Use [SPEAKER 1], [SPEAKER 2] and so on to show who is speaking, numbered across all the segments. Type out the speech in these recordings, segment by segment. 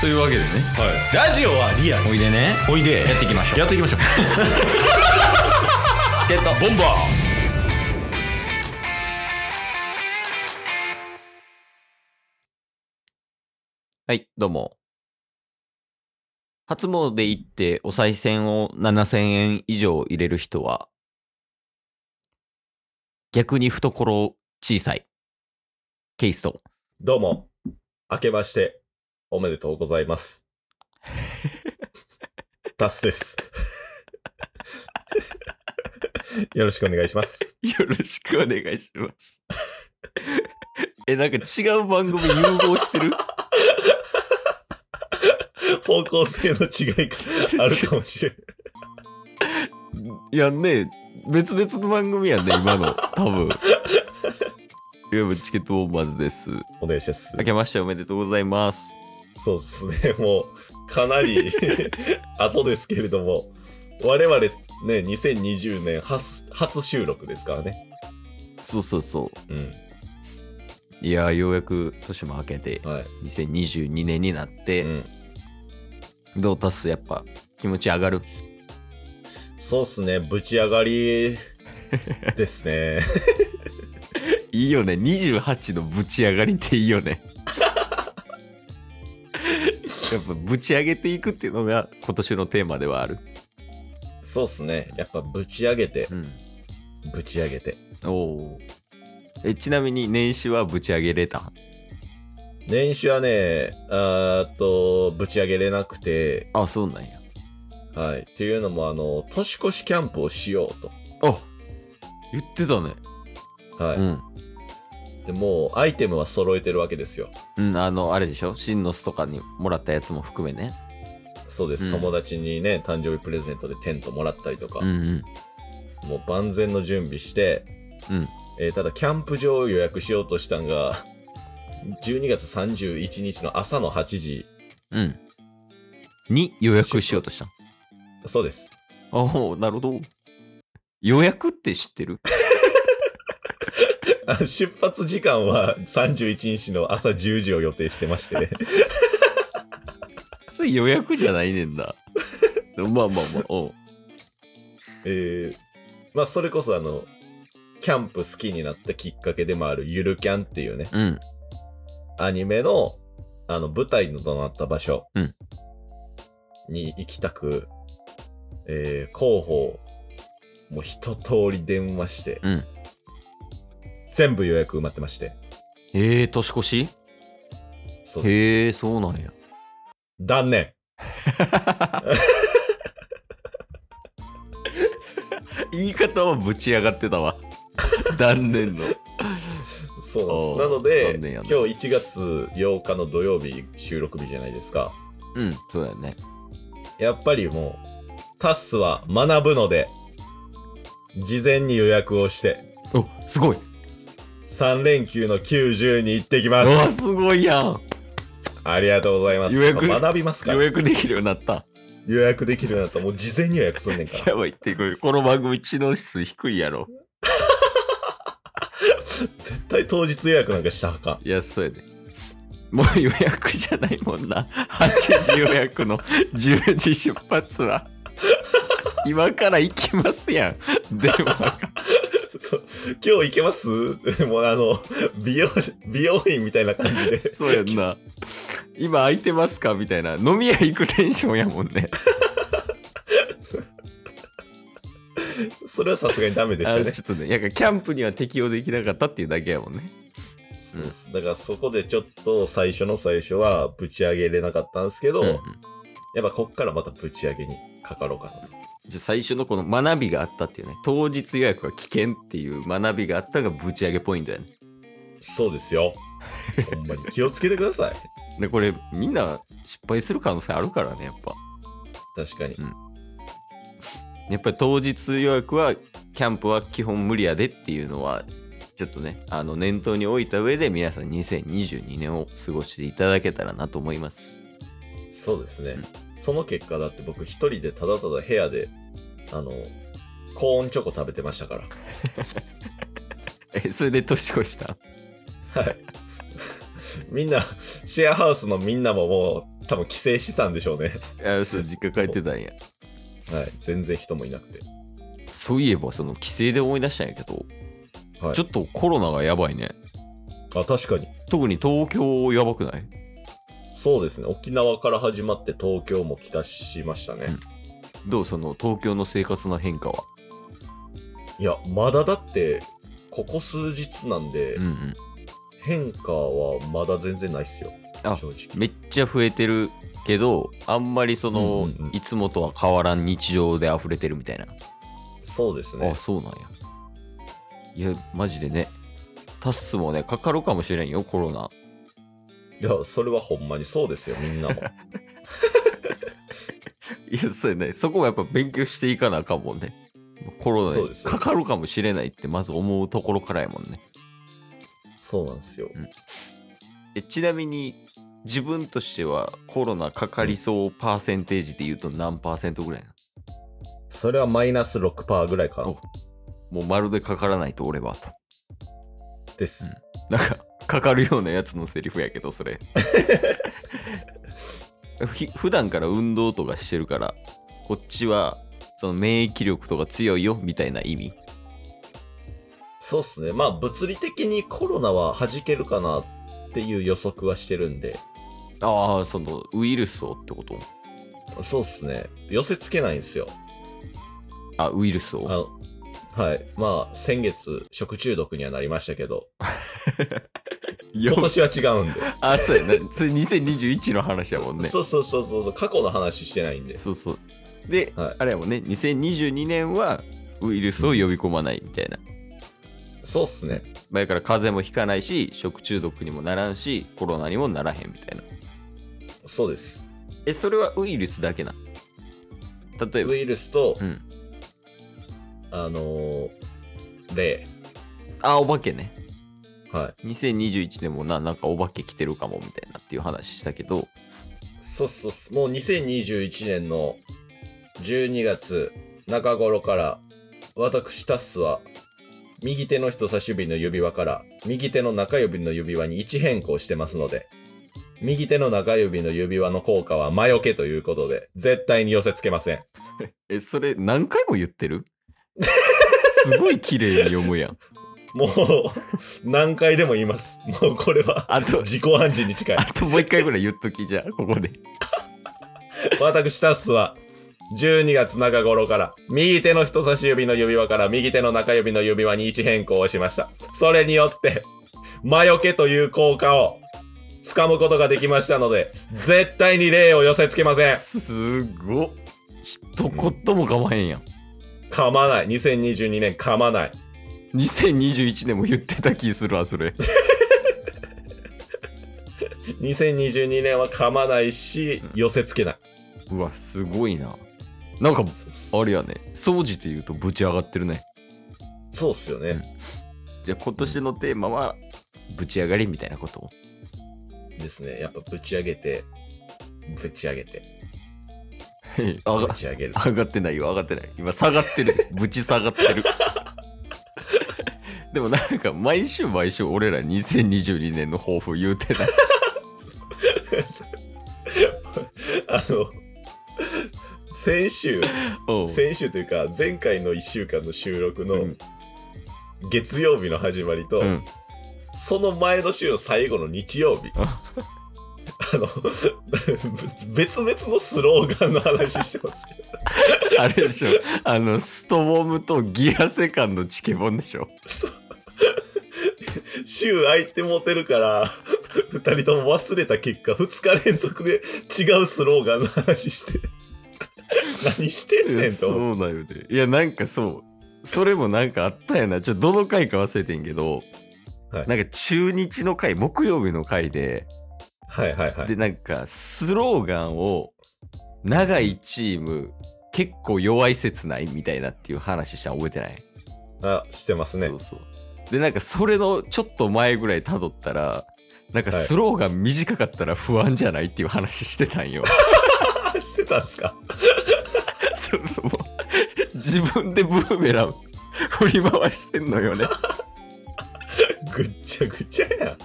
[SPEAKER 1] というわけでね
[SPEAKER 2] ラジオはリアル
[SPEAKER 1] おいでね
[SPEAKER 2] おいで
[SPEAKER 1] やっていきましょう
[SPEAKER 2] やっていき ましょう
[SPEAKER 1] チケットボンバーはいどうも初詣行ってお賽銭を7000円以上入れる人は逆に懐小さいケイスト
[SPEAKER 3] どうも、明けまして、おめでとうござい ます。タスです。よろしくお願いします。
[SPEAKER 1] よろしくお願いします。え、なんか違う番組融合してる
[SPEAKER 3] 方向性の違いがあるかもしれない。
[SPEAKER 1] いやね、別々の番組やね、今の。多分。いや、チケットボンバーズです。
[SPEAKER 3] お願いします
[SPEAKER 1] 明。けましておめでとうございます。
[SPEAKER 3] そうですね、もう、かな り後ですけれども、我々ね、2020年初初収録ですからね。
[SPEAKER 1] そうそうそ
[SPEAKER 3] うん。
[SPEAKER 1] う。いや、ようやく年も明けて、
[SPEAKER 3] はい。
[SPEAKER 1] 2022年になっ
[SPEAKER 3] う
[SPEAKER 1] て、
[SPEAKER 3] ん、
[SPEAKER 1] どう足すやっぱ気持ち上がる。
[SPEAKER 3] そうですね、ぶち上がりですね。
[SPEAKER 1] いいよね、28のぶち上がりっていいよ ね。やっぱぶち上げていくっていうのが今年のテーマではある。
[SPEAKER 3] そうっすね。やっぱぶち上げて
[SPEAKER 1] う、ん。
[SPEAKER 3] ぶち上げて。
[SPEAKER 1] おお。え、ちなみに年始はぶち上げれた
[SPEAKER 3] 年始はね、あーっと、ぶち上げれなくて、
[SPEAKER 1] あ、そうなんや。
[SPEAKER 3] はい。っていうのも、あの、年越しキャンプをしよう
[SPEAKER 1] あ言ってたね。
[SPEAKER 3] と。はい。
[SPEAKER 1] うん。
[SPEAKER 3] でもう、アイテムは揃えてるわけですよ。
[SPEAKER 1] うん、あの、あれでしょシンノスとかにもらったやつも含めね。
[SPEAKER 3] そうです。
[SPEAKER 1] うん
[SPEAKER 3] 友達にね、誕生日プレゼントでテントもらったりとか、
[SPEAKER 1] うん
[SPEAKER 3] もう万全の準備して、
[SPEAKER 1] うん。うん。
[SPEAKER 3] えーただ、キャンプ場を予約しようとしたんが、12月31日の朝の8時、
[SPEAKER 1] うん。に予約しようとした。
[SPEAKER 3] そうです。
[SPEAKER 1] あおなるほど。予約って知ってる
[SPEAKER 3] あ出発時間は31日の朝10時を予定してまして、
[SPEAKER 1] それ予約じゃないねん な。まあまあまあ。おう
[SPEAKER 3] えー、まあそれこそあの、キャンプ好きになったきっかけでもあるゆるキャンっていうね、
[SPEAKER 1] うん。
[SPEAKER 3] アニメの、あの、舞台となった場所
[SPEAKER 1] うん
[SPEAKER 3] に行きたく、えー、広報、もう一通り電話して、
[SPEAKER 1] うん
[SPEAKER 3] 全部予約埋まってまして、
[SPEAKER 1] えー、年越し
[SPEAKER 3] そうです。
[SPEAKER 1] へえ、そうなんや。
[SPEAKER 3] 断念。
[SPEAKER 1] 言い方はぶち上がってた わ。断念の。
[SPEAKER 3] そう
[SPEAKER 1] あ
[SPEAKER 3] な
[SPEAKER 1] ー
[SPEAKER 3] んです。
[SPEAKER 1] 残
[SPEAKER 3] なの
[SPEAKER 1] 念
[SPEAKER 3] で、
[SPEAKER 1] や
[SPEAKER 3] 今
[SPEAKER 1] な
[SPEAKER 3] 日1月8日の土曜日収録日じゃないですか。
[SPEAKER 1] うん、そうだよね。
[SPEAKER 3] やっぱりもう、タスは学ぶので、事前に予約をして、
[SPEAKER 1] おすごい
[SPEAKER 3] 3連休の90に行ってき
[SPEAKER 1] う
[SPEAKER 3] ま
[SPEAKER 1] わ
[SPEAKER 3] す。
[SPEAKER 1] すごいやん
[SPEAKER 3] ありがとうございます。
[SPEAKER 1] 予約
[SPEAKER 3] やっぱ学びますか
[SPEAKER 1] 予
[SPEAKER 3] ら。
[SPEAKER 1] 約できるようになった
[SPEAKER 3] 予約できるようになったらもう事前に予約すんねんか ら。
[SPEAKER 1] やばいってこれこの番組知能指数低いやろ
[SPEAKER 3] 絶対当日予約なんかしたらあかん。
[SPEAKER 1] いやそうやでもう予約じゃないもんな8時予約 の10時出発は今から行きますやんでも
[SPEAKER 3] そう今日行けます ってもうあの、美容、美容院みたいな感じで。
[SPEAKER 1] そうやんな今空いてますかみたいな飲み屋行くテンションやもんね
[SPEAKER 3] それはさすがにダメでした
[SPEAKER 1] あ
[SPEAKER 3] ね。
[SPEAKER 1] ちょっとねやっぱキャンプには適用できなかったっていうだけやもんね
[SPEAKER 3] そうです。だからそこでちょっと最初の最初はぶち上げれなかったんですけど、
[SPEAKER 1] うんうん
[SPEAKER 3] やっぱこっからまたぶち上げにかかろうかなと。
[SPEAKER 1] じゃあ最初のこの学びがあったっていうね当日予約は危険っていう学びがあったがぶち上げポイントやね
[SPEAKER 3] そうですよ。ほんまに気をつけてください。
[SPEAKER 1] でこれみんな失敗する可能性あるからねやっぱ
[SPEAKER 3] 確かに。
[SPEAKER 1] やっぱり当日予約はキャンプは基本無理やでっていうのはちょっとねあの念頭に置いた上で皆さん2022年を過ごしていただけたらなと思います
[SPEAKER 3] そうですね。
[SPEAKER 1] うん
[SPEAKER 3] その結果だって僕一人でただただ部屋で、あの、コーンチョコ食べてましたか
[SPEAKER 1] えそれで年越した
[SPEAKER 3] ら。はい。みんな、シェアハウスのみんなももう多分帰省してたんでしょうね。
[SPEAKER 1] あそう実家帰ってたんや
[SPEAKER 3] はい。全然人もいなくて。
[SPEAKER 1] そういえばその帰省で思い出したんやけど、
[SPEAKER 3] はい
[SPEAKER 1] ちょっとコロナがやばいね
[SPEAKER 3] あ、確かに。
[SPEAKER 1] 特に東京やばくない
[SPEAKER 3] そうですね。沖縄から始まって東京も来たしましたね。
[SPEAKER 1] どうその東京の生活の変化は、
[SPEAKER 3] いや、まだだって、ここ数日なんで、
[SPEAKER 1] うんうん、
[SPEAKER 3] 変化はまだ全然ないっすよ。
[SPEAKER 1] あ
[SPEAKER 3] 正直。
[SPEAKER 1] めっちゃ増えてるけどあんまりその、
[SPEAKER 3] うんうんうん
[SPEAKER 1] いつもとは変わらん日常で溢れてるみたいな、
[SPEAKER 3] そうです
[SPEAKER 1] あ
[SPEAKER 3] ね。
[SPEAKER 1] そうなんやいやマジでねタッスもねかかるかもしれんよコロナ
[SPEAKER 3] いや、それはほんまにそうですよ、み んなも。
[SPEAKER 1] いやそうやねそこはやっぱ勉強していかなあかんもんねコロナ
[SPEAKER 3] そう
[SPEAKER 1] に
[SPEAKER 3] です
[SPEAKER 1] かかるかもしれないってまず思うところからやもんね
[SPEAKER 3] そうなんですよ。
[SPEAKER 1] えちなみに自分としてはコロナかかりそうパーセンテージで言うと何パーセントぐらいな
[SPEAKER 3] それはマイナス6%ぐらいかな
[SPEAKER 1] おのもうまるでかからないと俺はと
[SPEAKER 3] です。
[SPEAKER 1] なんかかかるようなやつのセリフやけどそれ ひ普段から運動とかしてるからこっちはその免疫力とか強いよみたいな意味
[SPEAKER 3] そうっすね。まあ、物理的にコロナは弾けるかなっていう予測はしてるんで、
[SPEAKER 1] ああそのウイルスをってこと
[SPEAKER 3] そうっすね。寄せつけないんですよ。
[SPEAKER 1] あウイルス
[SPEAKER 3] あ
[SPEAKER 1] を
[SPEAKER 3] の、はい。まあ、先月、食中毒にはなりましたけど、
[SPEAKER 1] よ
[SPEAKER 3] 今年は違うんで。
[SPEAKER 1] あそうやなそれ2021の話やも んね
[SPEAKER 3] そうそうそうそうそう、過去の話してないんで。
[SPEAKER 1] そうそう。で、
[SPEAKER 3] はい
[SPEAKER 1] あれやもんね、2022年はウイルスを呼び込まないみたいな。
[SPEAKER 3] そうっすね。
[SPEAKER 1] まあだから風邪もひかないし、食中毒にもならんし、コロナにもならへんみたいな。
[SPEAKER 3] そうです。
[SPEAKER 1] え、それはウイルスだけな。例えば
[SPEAKER 3] ウ、イルスと、
[SPEAKER 1] うん。
[SPEAKER 3] あのー、霊。
[SPEAKER 1] あ、お化けね。
[SPEAKER 3] は
[SPEAKER 1] 2021年もな、なんかお化け来てるかもみたいなっていう話したけど、
[SPEAKER 3] い。そうそうそう。もう2021年の12月中頃から、私タスは、右手の人差し指の指輪から、右手の中指の指輪に位置変更してますので、右手の中指の指輪の効果は魔除けということで、絶対に寄せ付けません。
[SPEAKER 1] え、それ何回も言って るすごい綺麗に読むやん。
[SPEAKER 3] もう、何回でも言います。もうこれは、
[SPEAKER 1] あと、
[SPEAKER 3] 自己暗示に近い
[SPEAKER 1] あ。ともう一回ぐらい言っとき、じゃあ、ここで。
[SPEAKER 3] 私タッスは12月中頃から右手の人差し指の指輪から右手の中指の指輪に位置変更をしましたそれによって魔除けという効果を掴むことができましたので絶対に霊を寄せつけません
[SPEAKER 1] すごっ一言も構えんやん
[SPEAKER 3] 噛まない2022年噛まない
[SPEAKER 1] 2021年も言ってた気するわそれ
[SPEAKER 3] 2022年は噛まないし寄せつけないう
[SPEAKER 1] わすごいななんか
[SPEAKER 3] そうっす
[SPEAKER 1] あれやね総じて言うとぶち上がってるね
[SPEAKER 3] そうっすよね、
[SPEAKER 1] じゃあ今年のテーマはぶち上がりみたいなこと
[SPEAKER 3] ですねやっぱぶち上げてぶち上げて
[SPEAKER 1] 上
[SPEAKER 3] ぶ
[SPEAKER 1] が
[SPEAKER 3] ち上げる
[SPEAKER 1] 上がってないよ上がってない今下がってるぶち下がって るでもなんか毎週毎週俺ら2022年の抱負言うてない
[SPEAKER 3] あの先週
[SPEAKER 1] おう
[SPEAKER 3] 先週というか前回の1週間の収録
[SPEAKER 1] う
[SPEAKER 3] の
[SPEAKER 1] ん
[SPEAKER 3] 月曜日の始まりと、
[SPEAKER 1] うん
[SPEAKER 3] その前の週の最後の日曜日
[SPEAKER 1] あ
[SPEAKER 3] あの 別々のスローガンの話してますよ
[SPEAKER 1] あれでしょあのストボムとギアセカンドチケボンでしょ
[SPEAKER 3] そう週空いてモテるから2人とも忘れた結果2日連続で違うスローガンの話して何してんねんと思う
[SPEAKER 1] そうだよねいやなんかそうそれもなんかあったやなちょっとどの回か忘れてんけど、
[SPEAKER 3] はい
[SPEAKER 1] なんか中日の回木曜日の回で、
[SPEAKER 3] はいはいはい
[SPEAKER 1] でなんかスローガンを長いチーム結構弱い説ないみたいなっていう話したの覚えてない
[SPEAKER 3] あしてますね
[SPEAKER 1] そうそうでなんかそれのちょっと前ぐらいたどったらなんか
[SPEAKER 3] はい
[SPEAKER 1] スローガン短かったら不安じゃないっていう話してたん よ
[SPEAKER 3] あしてたんすか
[SPEAKER 1] そうそうもう自分でブーメラン振り回してんのよね
[SPEAKER 3] ぐっ ちゃぐちゃやん。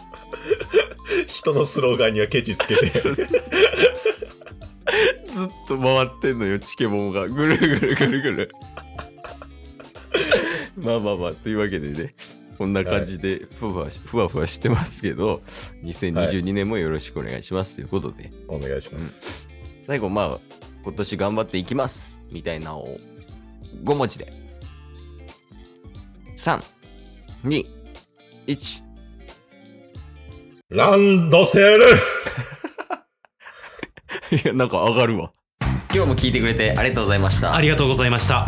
[SPEAKER 3] 人のスローガンにはケチつけて。
[SPEAKER 1] そうそうそうと回ってんのよ、チケボンが。ぐるぐるぐるぐる。まあまあまあ、というわけでね、こんな感じでふわふわしふわふわしてますけど、2022年もよろしくお願いしますということで、
[SPEAKER 3] お願いします。
[SPEAKER 1] 最後まあ、今年頑張っていきますみたいなのを5文字で。3、2、1。
[SPEAKER 3] ランドセル
[SPEAKER 1] いや、なんか上がるわ。今日も聞いてくれてありがとうございました。
[SPEAKER 2] ありがとうございました。